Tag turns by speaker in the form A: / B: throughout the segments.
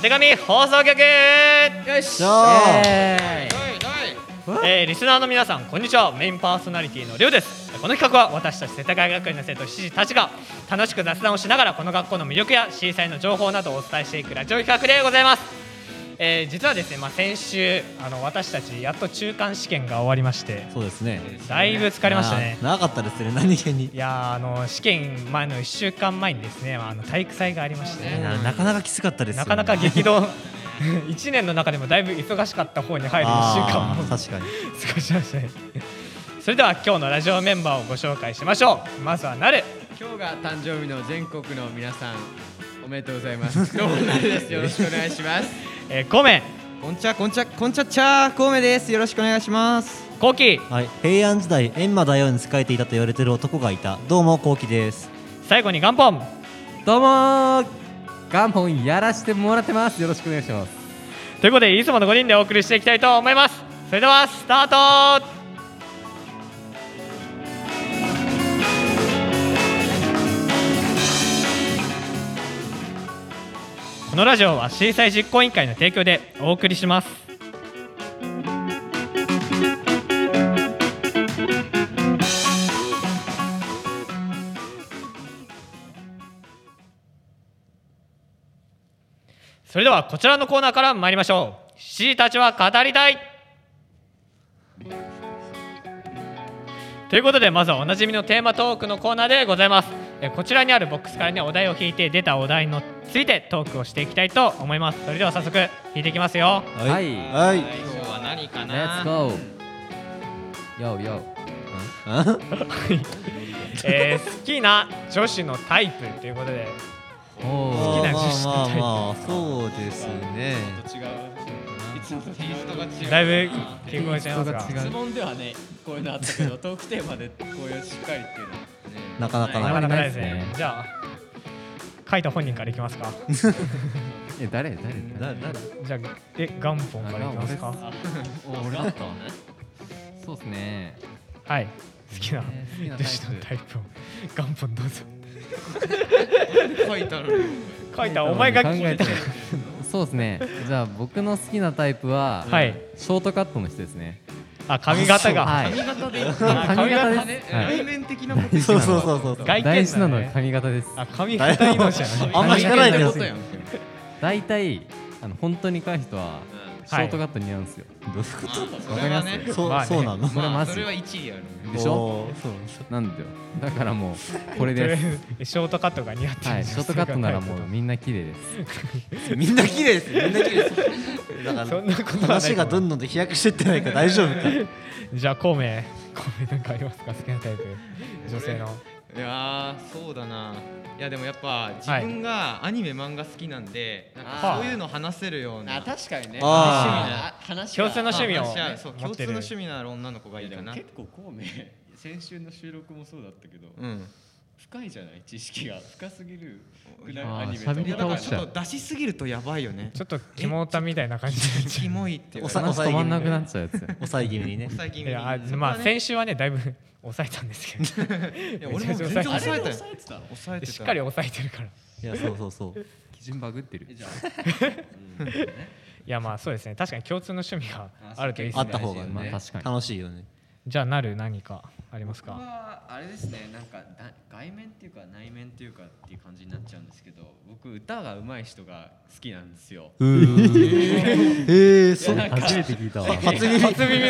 A: 手紙放送局え
B: よし
C: ゃあ
B: え
A: ー、リスナーの皆さんこんにちはメインパーソナリティのりょうですこの企画は私たち世田谷学園の生徒7時たちが楽しく雑談をしながらこの学校の魅力や震災の情報などをお伝えしていくラジオ企画でございます、えー、実はですね、まあ、先週あの私たちやっと中間試験が終わりまして
C: そうですね
A: だいぶ疲れましたね
C: あー長かったですね何気に
A: いやーあの試験前の1週間前にですね、まあ、あの体育祭がありまして、
C: いやなかなかきつかったです
A: な
C: よね
A: かなか激動1年の中でもだいぶ忙しかった方に入る1週間
C: あ
A: も
C: ー確かに
A: 少しましたねそれでは今日のラジオメンバーをご紹介しましょうまずはなる
B: 今日が誕生日の全国の皆さんおめでとうございます どうもなるですよろしくお願いします
A: えー、ごめん
D: こんちゃこんちゃこんちゃちゃーコウメですよろしくお願いします
A: コキ
C: はい平安時代閻魔大王に仕えていたと言われてる男がいたどうもこうきです
A: 最後に元本
E: どうもー元本やらしてもらってますよろしくお願いします
A: ということでいつもの5人でお送りしていきたいと思いますそれではスタートこのラジオは震災実行委員会の提供でお送りしますそれではこちらのコーナーから参りましょう C たちは語りたいということでまずはおなじみのテーマトークのコーナーでございますえこちらにあるボックスからねお題を引いて出たお題についてトークをしていきたいと思いますそれでは早速引いていきますよ
C: はい
E: は
C: はい
D: 今日は何か
E: Let's go Yo yo
C: あ
A: えー好きな女子のタイプということで
E: お
A: 好き
E: ー
A: な女子
C: まあまあ
A: みたいな
C: まあそうですね
D: 違ういつもとテイストが違う
A: だいぶ結婚してますが
E: 人が違
D: 質問ではねこういうのあった けどトークテーマでこういうしっかりっていうのはね
C: なかなか
A: なか
C: な
A: ないかないですね
E: ないですね
A: じゃあ書いた本人からいきますか
E: え誰誰
C: なな
A: じゃあえ元本からいきますか
E: お俺だったわねそうっすね
A: はい好きな
E: えー好きな
A: 女
E: タイ
A: 子の
E: プ
A: タイプを元本どうぞ
D: 書いてある
A: 書いたお前が聞いた
E: 考えて そうですねじゃあ僕の好きなタイプは、
A: はい
E: ショートカットの人ですね
A: あ髪型が
E: はい
D: 型で
E: 髪
D: ね
E: 型です、はい
D: 内面的なこと
C: そうそうそうそ
A: 外
C: う
A: 見だね
E: 大事なのは髪型です
A: あ髪型命じゃない
C: あんま聞かないで
D: こ
C: よ
D: とやん
E: 大体あの本当に可愛い人はショートカット似合うんですよ、
C: どういうこ
D: それはね
C: とそう、
A: まあね
C: そうなの
E: これ
D: まあ
E: マジ
D: それは1位あるね
E: でしょ
C: おーそう
E: なんだよだからもうこれ
A: とりあ
E: です
A: えずショートカットが似合ってる
E: はいショートカットならもうみんな綺麗です
C: そうみんな綺麗ですみんな綺麗ですだか
A: そ
C: ら
A: んなことはない
C: 話がどんどんと飛躍してってないから大丈夫か
A: じゃあ孔明孔明なんかありますか好きなタイプ女性の
D: いやーそうだないやでもやっぱ自分がアニメ漫画好きなんで、なんかそういうの話せるような
B: あ確かにね
C: あ
B: 趣味な話
A: 共通の
D: あ
A: 趣味を
D: 話し合うそう
A: 持っ
D: 共通
A: て
D: の
A: る
D: 趣味のある女の子がいいかな
F: 結構孔明先週の収録もそうだったけど、
D: うん
F: 深いじゃない知識が深すぎるくない
E: あー
F: アニメ
E: 喋
F: と
E: り
D: いや
F: か
D: だ
E: 倒
D: から
E: し
D: ちょっと出しすぎるとやばいよね
A: ちょっとキモタみたいな感じになっち
D: キ
A: ゃ
D: モいって言わ
C: お
D: れ
C: さ
D: る
E: 話止まんなくなっちゃうやつ
C: 抑え気味にね
D: 最近
A: ういやあまあ先週はねだいぶ抑えたんですけど
D: いや俺も全然抑えたよ
F: 抑えてたの
D: 抑えてた
A: しっかり抑えてるからい
C: いやそうそうそう
E: 基準バグってる
F: えじゃ
A: やまあそうですね確かに共通の趣味があるといいです
C: あ
A: ね
C: った方が
E: まあ
C: ね
E: 確かに
C: 楽しいよね
A: じゃあなる何かあります
F: 僕
A: か
F: はあれですねなんかだ外面っていうか内面っていうかっていう感じになっちゃうんですけど僕歌が上手い人が好きなんですよ
C: ええそう
F: いやなんか
E: 初めて聞いたわ
C: 初耳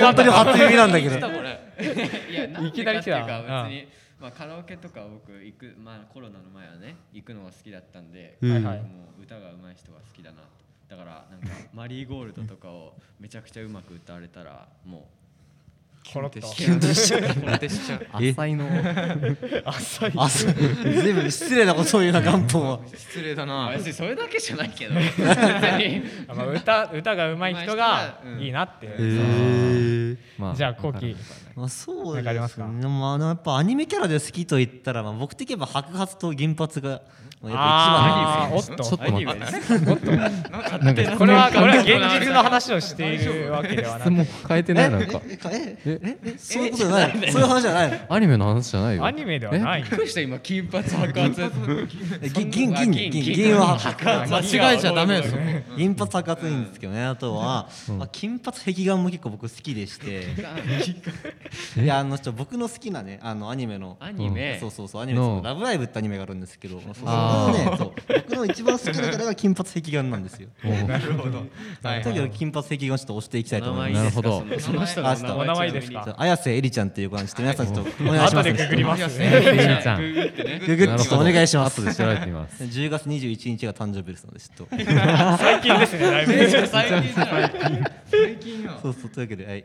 C: 本当に初耳なんだけど
F: 来たこれ いやなん
A: いき
F: で
A: な
F: か
A: り
F: っ
A: 来
F: ていう
A: た
F: か別にまあカラオケとか僕行くまあコロナの前はね行くのが好きだったんで、
A: はいはい
F: もう歌が上手い人が好きだなとだからなんかマリーゴールドとかをめちゃくちゃうまく歌われたらも
A: コロッと
D: キュンとしちゃうキュンとしちゃう
E: 浅いの
A: 浅い
C: あそう随分失礼なことを言うな元本は
D: 失礼だ
F: う
D: な
F: 別にそれだけじゃない けど別に
A: まあ、歌歌が上手い人がいいなって、
C: ええ
A: その
C: る
E: ま
A: じゃあコウキ
C: まあそ
A: なん
C: うです
A: かありますか
C: ねまああのやっぱアニメキャラで好きと言ったら、まあ、僕的には白髪と銀髪がまあ
A: あ
C: やっぱ一番
A: ーおっと
E: ちょっと待って
A: なんかこれはこれは現実の話をしているわけではな
E: 質問
A: く
E: 変えてないなんか
C: えええ
E: え
C: ええそういうことじゃないのそういう話じゃないの
E: アニメの話じゃないよ
A: アニメではない
B: びっくりした今金髪白髪
C: え銀銀銀銀銀銀は白髪
D: 間違えちゃダメですよ
C: 銀髪白髪いいんですけどねあとは、まあ、金髪壁眼も結構僕好きでしていやあのちょっと僕の好きなねあのアニメの
F: アニメ
C: そうそうそうアニメその
E: の
C: ラブライブ!」ってアニメがあるんですけどそ
E: あ
C: のねそう僕の一番好きなキャラが金髪壁眼なんですよ。
E: な
C: とにかく金髪壁眼をちょっと押していきたいと思い
E: な
C: ま
E: る
C: す。
E: ほど
F: その人
C: 明日
A: お名前です
C: ちょっ
A: か
C: と綾瀬えりちゃんっていう子なんですけど皆さんちょっとお願いし
A: 後
C: ます。
A: でググりますね
E: ちゃん
C: ググってちょっとお願いします
E: 後。で調べてみます
C: 10月21日が誕生日ですのでちょっと
A: 最近ですねだいぶ
D: 最近じゃない 最近よ
C: そうそうというわけではい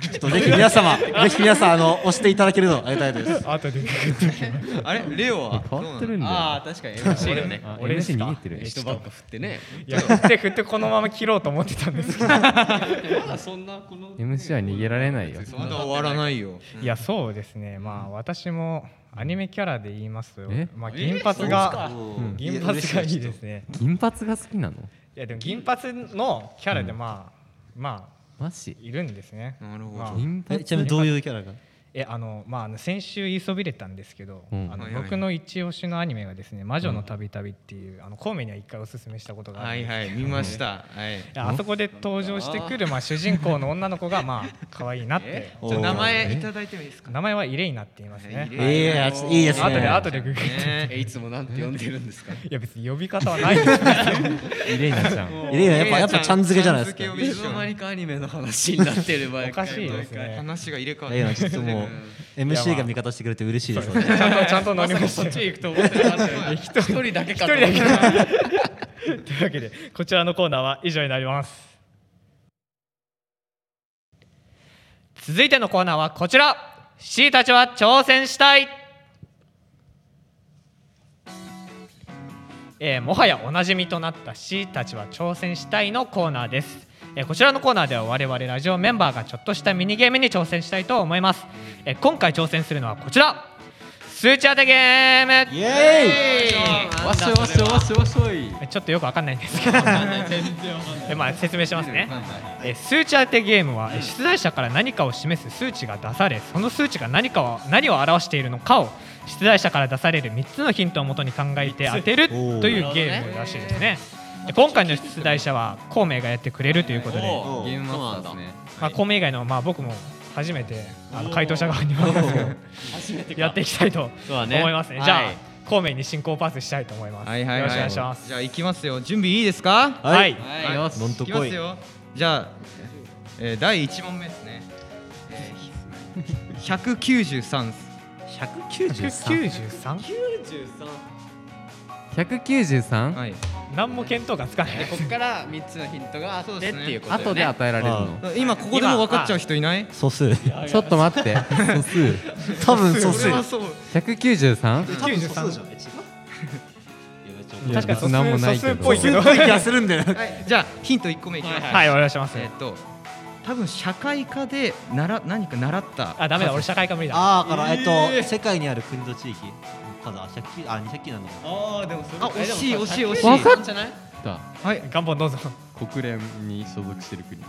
C: ちょっとぜひ皆様ぜひ皆さんあの押していただけるとありがたいです。
A: 後でググ
D: あれレオは
E: 変わってるんだよ
D: ああ確かに MC だね
E: あ
A: 俺ですか
E: MC 逃げてる
A: え
E: え
A: ちょっ
B: ばっか振ってね
A: いや振って振ってこのまま切ろうと思ってたんですけど
F: まだそんなこの
E: MC は逃げられないよ
D: まだ終わらないよ
A: いやそうですねまあ私もアニメキャラで言いますと
E: え
A: まあ銀髪が
C: うん
A: 銀髪がいいですね
E: 金髪が好きなの
A: いやでも銀髪のキャラでまあまあ
E: マジ
A: いるんですね
D: なるほど
A: まあ
E: 金
C: え
E: 髪
C: ちなみにどういうキャラが
A: えあのまああの先週言いそびれたんですけど、
E: うん
A: あの
D: はいはい
A: 僕の一押しのアニメがですね「魔女の旅々」っていう、あの孔明には一回おすすめしたことがあ
D: は
A: るん
D: い
A: です
D: はい見ましたはい
A: いやあそこで登場してくるまあ主人公の女の子がまあ可愛い なって
D: ちょっと名前いただいてもいいですか
A: 名前はイレイナって言いますね
D: イレイナ
C: ええー、いいですね。
A: 後で後でググって
D: ね
B: えいつもなんて呼んでるんですか
A: いや別に呼び方はないですね
E: イレイナちゃん
C: いやいややっぱやっぱちゃん付けじゃないです
D: ちゃ
C: か
B: い
D: ん。付
B: つ
D: け
B: の
D: を
B: 間
D: 一
B: にかアニメの話になってる場合
A: おかしいです
D: 緒に
A: ね
D: 話が入れ替わっ
C: いやいやちょっともう MC
A: ま
C: が
A: あ
C: 味方してくれて嬉しい
A: そ
C: で
A: う
C: す。
A: ですねちゃ んとちゃんと乗りましたよ
B: ち行くと思ってなかったよ一人だけ
A: 一人だけ というわけでこちらのコーナーは以上になります続いてのコーナーはこちら C たちは挑戦したいえーもはやおなじみとなった C たちは挑戦したいのコーナーです、えーこちらのコーナーでは我々ラジオメンバーがちょっとしたミニゲームに挑戦したいと思います、えー今回挑戦するのはこちら数値当てゲーム
C: イエ
B: わしょわしょわしょわしょい
A: ちょっとよくわかんないんですけど。えまあ説明しますね。え数値当てゲームはえ出題者から何かを示す数値が出され、その数値が何かを何を表しているのかを出題者から出される3つのヒントをもとに考えて当てると
C: おー
A: いうゲームらしいですね。で今回の出題者は孔明がやってくれるということで、
C: ーイ。
B: ゲームマスターですね
A: まあ孔明以外のまあ僕も初めてあの回答者側に回りますけどやっていきたいと
B: そう
A: 思
B: だ
A: い
B: ね
A: ますね。
B: はい
A: じゃあ孔明に進行パスしたいと思います。
D: はいはいはい
A: よろしくお願いします。
D: じゃあ行きますよ準備いいですか
A: はい。
D: はい
B: よし
C: どんと
D: いきま
C: こい
D: す。よじゃあ、えー、第1問目ですね、えー、193です
C: 193。
A: 193?
E: 193
D: はい
A: 何も見当がつかない
B: でここから三つのヒントがあって
D: そ
B: っ
D: う
B: て
D: ですね
B: いうこと
E: 後で与えられるの
D: 今ここでも分かっちゃう人いない
C: 素数。
E: ちょっと待って素数
C: 多分素数。
D: そう
E: 193?
C: 多分素数じゃん。
A: 確かに素数
E: なんもないけ
A: 素数っぽ
E: ど
A: いけど
C: 多い気がするんだよ。
D: はいじゃあヒント1個目いきま す
A: はい、お願いします
D: え。ーっと多分社会科で習何か習った
A: あ、ダメだ、俺社会科無理だ。
C: ああからえっと世界にある国と地域。かだ100あ200なのか。
D: あ惜しい惜しい惜しい
E: 分かっ
B: じゃない
E: た
D: はい
A: 元本どうぞ。
E: 国連に所属してる国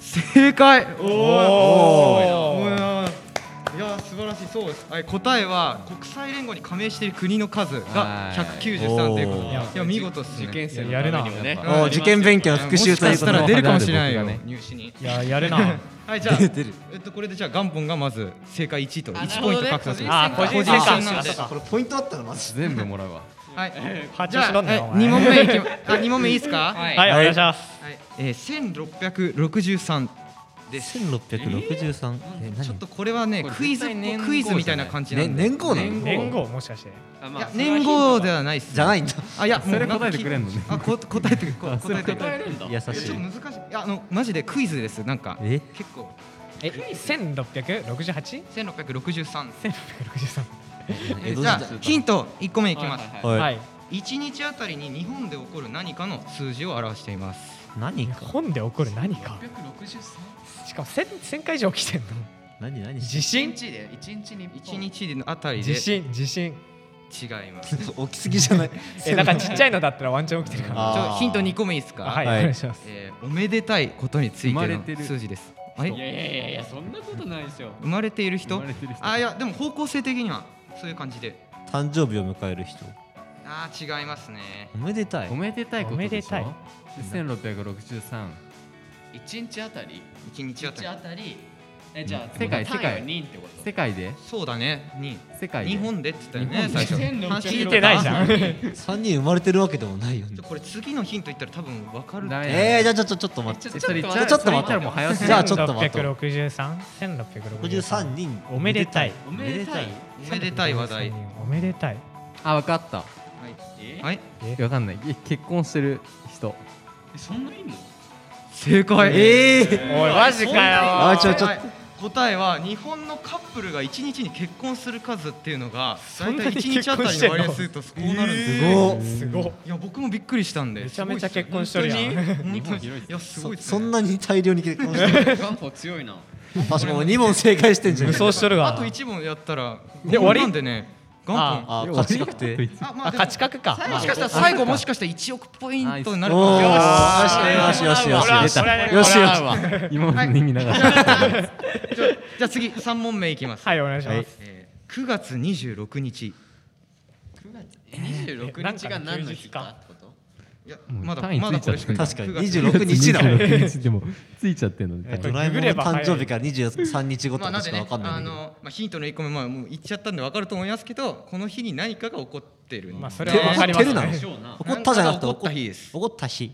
D: 正解お
A: おー
D: いやー素晴らしいそうです、はい、答えは国際連合に加盟している国の数が
E: はい
D: 193ということで
C: おー
D: いやいや見事ですね
B: 受験生の
A: やるな
B: ためにもね
D: や
C: おお受験勉強の復習ということ
D: もしかしたら
C: で。
D: 出るかもしれないよ
E: 僕がね
D: 入試に
A: いや、やるな。
D: はいじゃあえっとこれでじゃあ元本がまず正解1位と
B: あ
D: 1ポイント獲得です
A: あ、個人戦
D: 個人戦
A: か。
D: な
A: あ
D: ん
A: そ
D: で
A: っか
C: これポイントあったのマジ。
E: 全部もらうわ
D: はい
A: 発
D: じ
A: 注
D: ゃ
A: し
D: あ
A: ろんだよ。お前
D: 2問目いきまあ二問目いいですかは、
B: はいい
A: はい、お願いします。
D: えー、1663です
C: 1663。え何
D: ちょっとこれはね
B: これ
D: クイズっ
B: 絶対年
D: ぽ
B: 号
D: クイズみたいな感じな
C: ね
D: んで
C: 年号なの。
A: 年号もしかして。
B: あ
D: い
B: まあ
D: や年号で
B: は
D: はないっす
C: じゃないいんだ。
D: あいや
E: それ答えてくれんのね
D: あこ答えてこ答えて答えて
C: 優
D: えち
C: し
D: ょっと
C: い。
D: 難しいいやあのマジでクイズですなんか
C: え
D: 結構
A: え、千六百六十八？
D: 1663
A: 千六百六十三。
D: え
C: 江戸時
D: じゃあ
C: 代。
D: ヒント1個目いきます
B: いはい
C: は。
A: はいい。
D: 1日あたりに日本で起こる何かの数字を表しています
A: 日
C: 何か
A: 本で起こる何かしかも 1000, 1000回以上起きてんの
C: 何何
A: 地 震
F: 日で一日に
D: 一日あたり
A: 地
D: で違い
A: 震地震
D: ます。
C: 起きすぎじゃない
A: えなんかちっちゃいのだったらワンチャン起きてるから
C: あ
D: ち
C: ー
D: ょヒント2個目いいですか。
A: あはい、
C: はい
A: お願いします
D: えーおめでたいことについ
E: 生ま
D: て
E: れ
D: の
E: てる
D: 数字です。あれ
F: いやいやいやいやそんなことないですよ
D: 生まれている人
E: 生まれてる人
D: あいやでも方向性的にはそういう感じで
C: 誕生日を迎える人
D: あー違いますね
C: おめでたい
E: おめでたいことでし
A: お
E: ょ
A: めで
E: 1663
F: 一日あたり
D: 一日あ
F: 一
D: た
F: 日
D: り
F: あたりえじゃあ
E: 世界
F: 単位
E: 世
F: は
E: 界
F: 人ってこと
E: 世界で
D: そうだねに
E: 世界で
D: 日本でって言ったよね最初
F: 1600
A: 聞いてないじ ゃん
C: 3人生まれてるわけでもないよね
D: ちょこれ次のヒント言ったら多分分かる
E: ダメだ
C: えー、じゃあちょっとちょっと待って
F: え
E: え
F: ちょ
E: それ言っ
F: ちょ
E: た
F: っ
E: ら
F: と待って
E: それ言ったらもう早すぎ
C: じゃあ
E: る
C: ちょっと待とう
A: 1633?1663
C: 53人
A: おめでたい
F: おめでたい
D: おめでたい話題
A: おめでたい
E: あ分かった
F: え
D: はい
E: 分かんないえ結婚してる人
F: えそんないんの
D: 正解
C: ええ
A: おいマジかよ
C: あちょちょ
D: はい答えは日本のカップルが1日に結婚する数っていうのが
A: ん
D: 大
A: な
D: 体
A: に
D: 1日あたりの割合するとこうなるんですよ、
C: ー、
A: すごい
D: いや僕もびっくりしたんで
A: めちゃめちゃ
D: すごい
A: 結婚しとるやん
D: っすよ本当にいやすご
C: そ
D: いです
C: そ
D: ね
C: んなに大量に結婚 してる
F: 元歩強いな
C: 確かもう2問正解してんじゃん
A: 無双しとる
D: あ
A: わ
D: と1問やったら
A: え終わり
D: なんでね元本
C: あー勝ち確定
D: あま
A: あ勝ち確か
D: もしかしたら最後もしかしたら1億ポイントになるか
C: お
D: も
C: ー
D: しれ
C: よ
D: な
C: しよしよしよし
A: 俺は
C: 出た
A: 俺はね
C: よし
A: 俺
C: よ
A: は
C: し
E: 今まで耳流して
D: いじゃあじゃあ次3問目いきます、
A: はいお願いします、
D: えー9月26日
F: 9月26日が何の日かってこと
D: いや
E: もう
D: まだ
E: 単位ついちゃ
D: ま
E: って
D: だこれしかない
C: 確かに
D: 9月
C: 26日だもん
E: 日でもついちゃってんの
A: えっと
E: で
C: ドラえもんの誕生日から23日後と
D: まあな
C: か
D: ん
C: しかわ
D: でね
C: かんない
D: あ
C: んだけど
D: の、まあ、ヒントの1個目まあもう言っちゃったんで分かると思いますけどこの日に何かが起こってるんで
A: まあそれはわかりま
C: 照
A: す
C: るな
A: ね
F: でしょうな
C: 怒ったじゃなくて
D: なんか怒った日です
C: 怒った日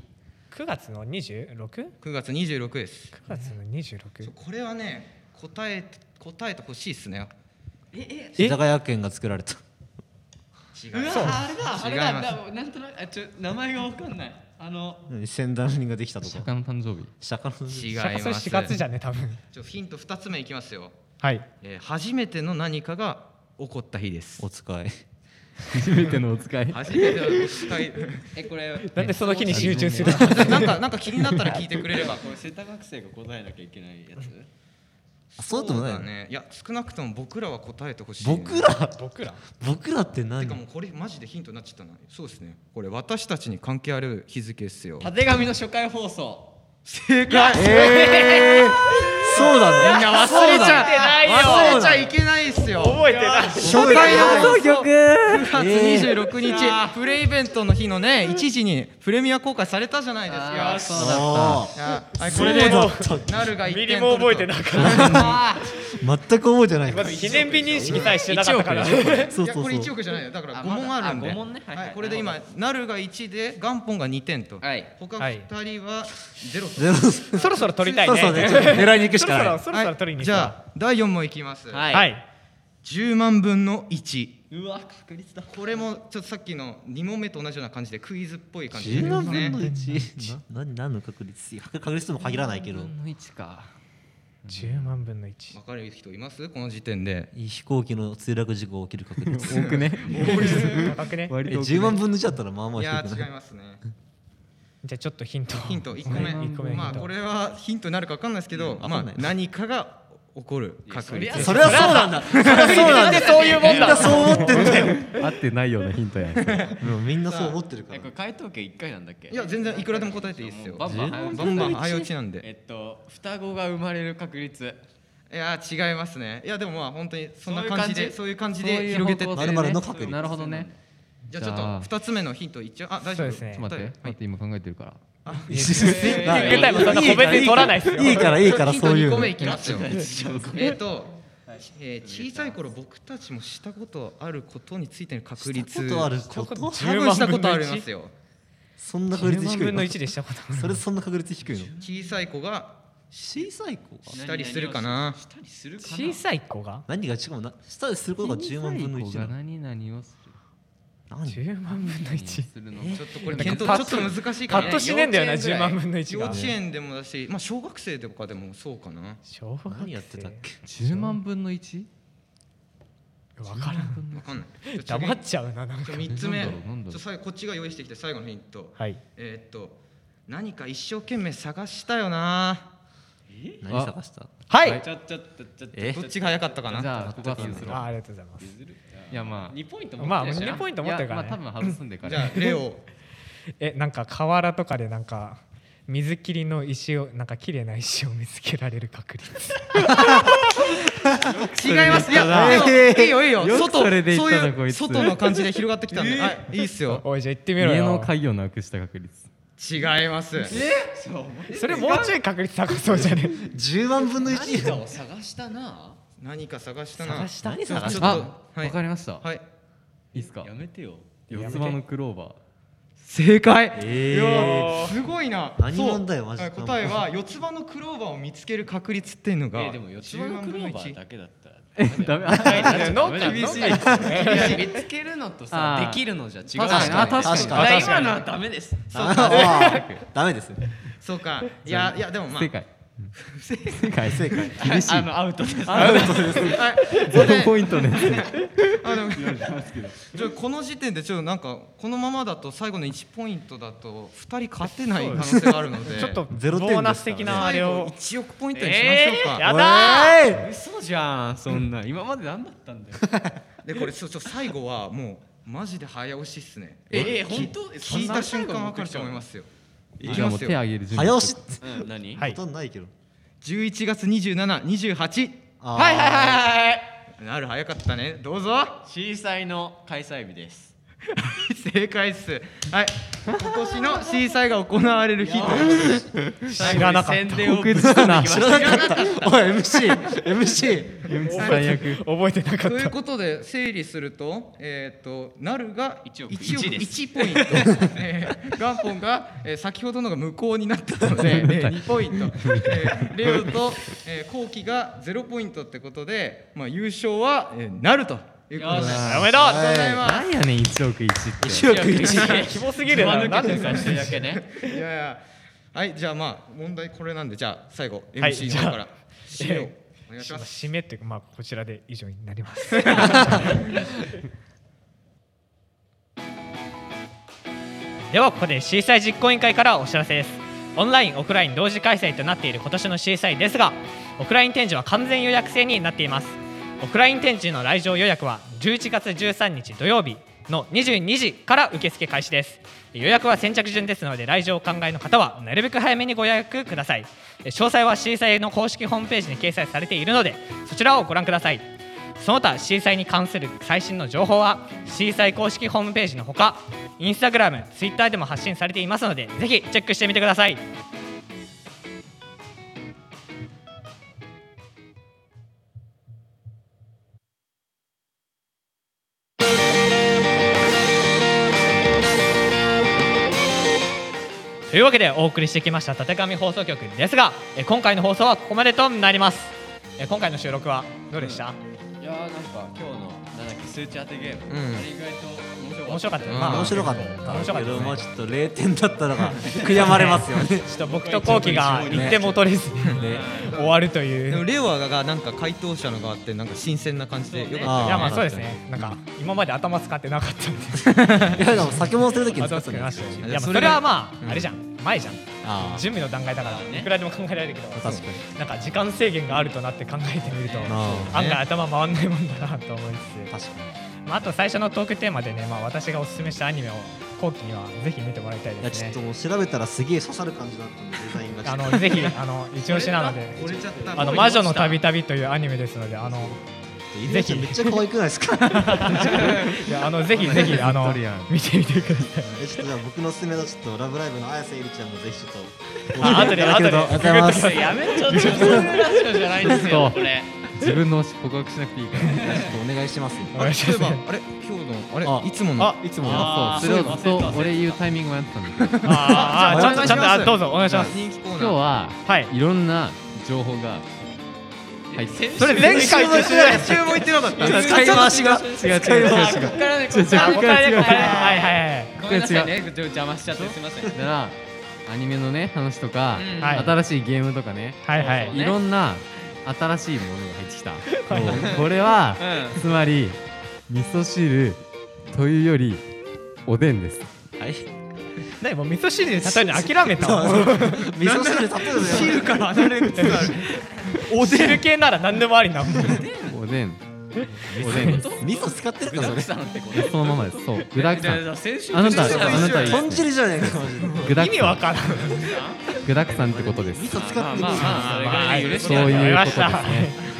A: 9月の 26?9
D: 9月26です
A: 月の 26?
D: そうこれはね答え答えてほしいっすね
F: え
A: え
C: 世田谷県が作られた
D: 違いう
F: わ
D: そう
F: あれだあれ
D: 違い
F: だ
D: ます
F: だなんとなくあちょ名前がわかんないあの
C: 先団人ができたと
E: 釈
C: か
E: 迦の誕生日
C: 釈迦の
D: 違い
A: それ
D: ます
A: 4月じゃね多分
D: ちょヒント2つ目いきますよ、
A: はい
D: えー初めての何かが起こった日です
C: お使い
E: 初めてのお使 い
D: 初めてのお使い
F: えこれ
A: なんでその日に集中するの
D: なんかなんか気になったら聞いてくれれば
F: これ瀬田学生が答えなきゃいけないやつ
C: あそうでもない
D: だ
C: の
D: ねいや少なくとも僕らは答えてほしいね、
C: 僕ら
A: 僕ら
C: 僕らって何
D: てかもうこれマジでヒントになっちゃったなそうですねこれ私たちに関係ある日付ですよ
F: たてがみの初回放送
D: 正解
C: えー、 そうだね
D: 忘れちゃ
A: てないよ
D: 忘れちゃいけないっすよ
A: 覚えてない
D: 初回の放送
E: 曲
D: 9月26日、プレイベントの日のね1時にプレミア公開されたじゃないですか
F: そうだ
C: あ
D: いやあれ
C: ー
D: これ
C: そ
D: で
C: うだっ
D: なるが1点
A: ミリも覚えてなかった
C: た全く覚えてない
A: まず記念日認識さえしてなかったから
C: そう
D: いや
C: そう
D: これ1
C: そう
D: 億じゃないよだから
F: あ
D: 5問あるんで、
F: まだあ五問ねはいはい
D: これで今なるが1で元本が2点と、
F: はい
D: 他
A: はい
D: 2人はゼロと、
C: ゼロ
A: そろそろ取りたいね
C: そうそうねちょっと狙いに行くしかない
A: そろそろそろそろ取りに行
D: じ
A: くわ
D: ゃあ第4問いきます、
F: はい
A: はい
D: 10万分の1
F: うわ確率だ
D: これもちょっとさっきの2問目と同じような感じでクイズっぽい感じ
C: 10
D: です
C: 分
D: ね
C: の1な 何何の確率いや確率とも限らないけど
E: の1か
A: 10万分の1
D: わかる人いますこの時点で
C: いい飛行機の墜落事故起きる確 率
E: 多くね
A: 高くね
C: え10万分の1だったらまあまあ
D: いや
C: 低く
D: ー
C: な
D: 違い
C: い
D: ますね
A: じゃあちょっとヒント
D: ヒ ント1個目
A: 1個目
D: まあこれはヒントになるかわかんないですけど、
C: うん
D: ま
C: わか
D: あ
C: んない
D: 何かが起こる確率
C: それはそうなんだそれはそうなんだ
A: そういうもんだ
C: そう思ってんだよ
E: 合ってないようなヒントや
C: もうみんなそう思ってるか
F: え
C: ら
F: これ回答権一回なんだっけ
D: いや全然いくらでも答えていいっすよ
F: もうバンバン
D: バンバン早打ちなんで
F: えっと双子が生まれる確率
D: いやー違いますねいやでもまあ本当にそんな
F: そういう
D: 感
F: 感
D: じ
F: じ
D: でそういう感じで広げてっ
C: 性
D: て
C: 丸々の確率
E: なるほどね
D: じゃあちょっ
E: じゃあ
D: と2つ目のヒント一応あ大
A: そ
D: 丈
A: う
D: 夫
A: ですね
E: ちょっと待って
D: はい
E: 待って今考えてるから
F: えー
A: ビッグタイムそんな個別に取らないっすよ
C: いいからいいから
D: ヒン
C: そ
D: ト
C: ういう
D: 2個
C: の
D: 目いきますよえっと、えー小さい頃僕たちもしたことあることについての確率
C: したことあること
D: 多分したことありますよ
C: そんな確
A: 10
C: 率
A: 万
C: 低い
A: 分
C: の
A: の1でしたこと
C: それそんな確率低いの
D: 小さい子が
C: 小さい子は
D: したりするかな
F: したりするかな
A: 小さい子が
C: 何が違うな下ですることが10万分の
E: 小
C: 1
E: さ
C: な
E: い子が何々をする
C: の何
A: 10万分の1
E: するの
D: ちょっとこれ
A: なんか
D: 検
A: パッ
D: 討ちょっと難しい
A: パ
D: か
A: ッ
D: な
A: としねえんだよな
F: 幼稚
A: 10
F: 園ぐらい
A: 万分の1
D: 幼
A: が
D: 稚園でもだし、まあ、小学生とかでもそうかな
A: 小学生
C: 何やってたっけ
E: 10万分の 1?
A: わからん
D: わかんないじゃあ
A: 黙っちゃうななんか
D: 3つ目
E: なんだろうなんだろう
D: ちょ最後こっちが用意してきて最後のヒント
A: はい
D: えーっと何か一生懸命探したよな
C: 何探した
A: はい、
E: はい
F: ちょっとちょっとちょっと
C: え
D: どっちが早かったかな
E: じゃあここはスルスロ
A: あ
E: ー
A: ありがとうございます
F: 譲る
E: いやまあ
F: 2ポイント持
A: まあ
F: ってるしな
A: 2ポイント持ってるから
E: い
A: ね
E: やまあ多分外すんでか
D: じ
E: ら
D: ゃあレオ
A: えなんか河原とかでなんか水切りの石をなんか綺麗な石を見つけられる確率
D: 違いますいや
E: え
D: レオいいよいいよ
E: よく
D: 外
E: それで言
D: そう
E: ったないこ
D: う
E: いつ
D: 外の感じで広がってきたんで、はいいいっすよ
A: おいじゃあ行ってみろよ
E: 家の鍵をなくした確率
D: 違います
A: それもうちょい確率高そうじゃね
C: 10万分の
F: 何
C: 1
F: かを探したな
D: 何か探したな
C: た何探
D: ちょ
C: し
D: っと
E: あ、
D: はい
E: わかりました、
D: はい
E: い、いっすか
F: やめてよ
E: 四つ葉のクローバー
D: 正解
C: えー
D: いやすごいな
C: 何者だよ
D: そ
C: マ
D: う
C: ジで
D: 答えは四つ葉のクローバーを見つける確率っていうの
F: え
D: が
F: でも四つ葉のクローバーだけだったら
E: ダメ
A: 農家
D: 厳しい
A: 農家
F: 見つけるのと
E: あ
F: さ
E: ー
F: できるのじゃ違う
E: 確かにあ確かに
C: 確
F: だから
C: かに
F: 今のはダメです
C: あーダメですね
D: そうかいやいやでもまあ
E: 正解正解
C: 正解
E: 厳しい
F: あのアウトです
D: はい
E: ゼロポイントね
D: あでもじゃあこの時点でちょっとなんかこのままだと最後の1ポイントだと2人勝てない可能性があるので
A: ちょっとボ
C: ゼロ点ですからね
A: ーナス的なあれを
D: 1億ポイントにしましょうか、
A: やだー
E: 嘘じゃんそんな今まで何だったんだよ
D: でこれちょっと最後はもうマジで早押しっすね
F: ええ本当
D: 聞いた瞬間わかると思いますすよい
E: じ
D: き
E: ゃあ
D: ま
E: もう
D: す
E: 手
D: よ
E: あげる準備
C: 早押し
F: 何
A: はい
C: ほとんどないけど
D: 11月2728
C: あー
F: はいはいはいはい
D: なる早かったねどうぞ
F: 震災の開催日です
D: 正解っすはい今年のシーサイが行われる日という
A: 知らなかった
F: 宣伝を
E: 告知だな
F: 知らなかった
C: おい MC MC
E: 最悪
A: 覚えてなか
D: とい
A: っ
D: うことで整理すると、えっ、となるが
F: 一億
D: 一
F: 一です
D: 一ポイ ント、えー、ガンポンが、えー、先ほどのが無効になった ので、えー、2ポイント、えー、レオと、えー、コウキがゼロポイントってことで、まあ優勝は、えー、なるということで。
A: たおめで とう
D: ありがとうございま
E: なんやねん1億1って
C: 1億1
A: キモすぎるな何ですか
F: してるだけね
D: す。いやいや、はい、じゃあまあ問題これなんで、じゃあ最後
A: はい
D: MC の方から、資料
A: え
D: お願いします。
A: 締めっていうかまあこちらで以上になりますではここでシーサイ実行委員会からお知らせですオンラインオフライン同時開催となっている今年のシーサイですがオフライン展示は完全予約制になっていますオフライン展示の来場予約は11月13日土曜日の22時から受付開始です予約は先着順ですので来場をお考えの方はなるべく早めにご予約ください詳細はシーサイの公式ホームページに掲載されているのでそちらをご覧くださいその他震災に関する最新の情報は震災公式ホームページのほかインスタグラム、ツイッターでも発信されていますのでぜひチェックしてみてくださいというわけでお送りしてきました立上放送局ですがえ今回の放送はここまでとなりますえ今回の収録はどうでした、
F: いやーなんか今日のなんだっけ数値当てゲーム、
D: うん
F: あれ意外と面白かった
A: 面白かったよ、
D: うん
A: まあ
C: 面白か
A: 面白か
C: った
A: っ
C: け
A: た
C: ど
A: ね
C: まあちょっと0点だったのが悔やまれますよ ね
A: ちょっと僕とこうきが一点も取れずに、終わるとい
D: でも
A: う。
D: レオアがなんか回答者のがあってなんか新鮮な感じでよかっ
A: い
D: たね
C: あー
A: やまあそうですね。なんか今まで頭使ってなかったんで。
C: いやでも酒もするときに使
A: 頭
C: った
A: 使
C: ん
A: い
C: で
A: ますし
C: よ
A: たよね。い
D: い
A: や
D: や
A: まあ
D: そ
A: そ
D: れ
A: れ
D: が
A: はまああれじゃん。前じゃん。
C: あ
A: 準備の段階だからいくらでも考えられるけど。
C: あ確かに
A: なんか時間制限があるとなって考えてみると、
C: あ
A: 案外頭回んないもんだなと思い
C: あ
A: つ
C: 確かに
A: つ、まああと最初のトークテーマでね、まあ私がおすすめしたアニメを後期にはぜひ見てもらいたい
C: いや
A: です
C: ちょっ
A: ね
C: と。もう調べたらすげえ刺さる感じだったんでデザインがちょ
A: あ
C: っと
A: のぜひあの一押しなので、
D: 折れちゃった
A: あの魔女の旅旅というアニメですので、あの
C: 犬ちゃんめっちゃ可愛くないですか
A: いやあのぜひぜひあの見てみてください。
C: えちょっとじゃあ僕のおすすめのちょっとラブライブの綾瀬ゆりちゃんもぜひちょっと
A: あ後で後で
C: ありがとうございます
F: いややめちゃうとそういうラジオじゃないんですよこれ
E: 自分の推し告白しなくていいから
C: ちょっとお願いしますよ
A: お
D: あ
A: 願いし
D: そういえば
A: ます。
D: あれ今日のあ
C: あ
D: れいつもの
C: いつも
F: あ
E: そうそれをずっと俺言うタイミングもやってたんだけど
A: ああああちゃんとちゃんとあどうぞお願いします。
D: 人気コーナー
E: 今日は
A: はい。
E: いろんな情報が入って
A: それ前回と一緒
D: 先週も言ってなかった
C: 使い回しが
E: 違う違う違う
F: あこっからねこっ
E: じゃあ
F: か
A: あ
E: こ
A: ここ
E: こか
A: かららねこ
E: 違う
A: こからねはいはいはい。
F: らごめんなさいね邪魔しちゃってすみません
E: だからアニメのね話とか、
F: うん
A: はい
E: 新しいゲームとかね、
A: はいはい
F: そう
E: い、
F: ね
E: ろんな新しいものが入ってきたこれは、つまり味噌汁というよりおでんです
C: はい
A: 何もう味噌汁で例えるの諦めたわ
C: 味噌汁例えるじ
A: 汁から離れるってなるお汁系なら何でもありな
E: おでん
C: おでん味噌使ってるかそれ
F: さんってこと
E: そのままですそう具だくさん
F: だ先週
E: あなた
F: 先週と一緒
E: あなた
F: や
C: 豚汁じゃないかマジで
E: 具だ
A: 意
E: く
A: 味
E: さ
A: わ
E: ん
A: からん
E: 具だくさんってことです
C: 味噌使ってる
F: まあまあそれぐらい許し
E: そ
F: て
E: ういうことですね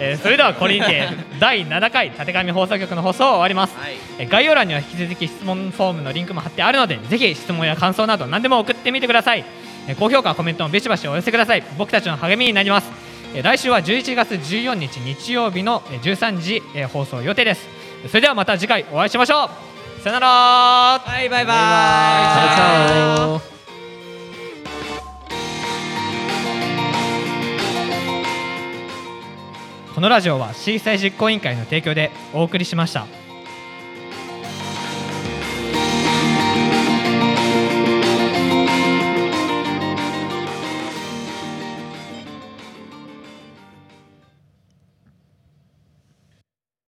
A: えーそれではこれにて第7回たてがみ放送局の放送を終わります、
F: はい
A: えー概要欄には引き続き質問フォームのリンクも貼ってあるのでぜひ質問や感想など何でも送ってみてください、えー高評価コメントもビシバシお寄せください僕たちの励みになります、えー来週は11月14日日曜日のえー13時、えー放送予定ですそれではまた次回お会いしましょうさよなら
F: はいバイバイ
E: チャオ
A: このラジオは震災実行委員会の提供でお送りしました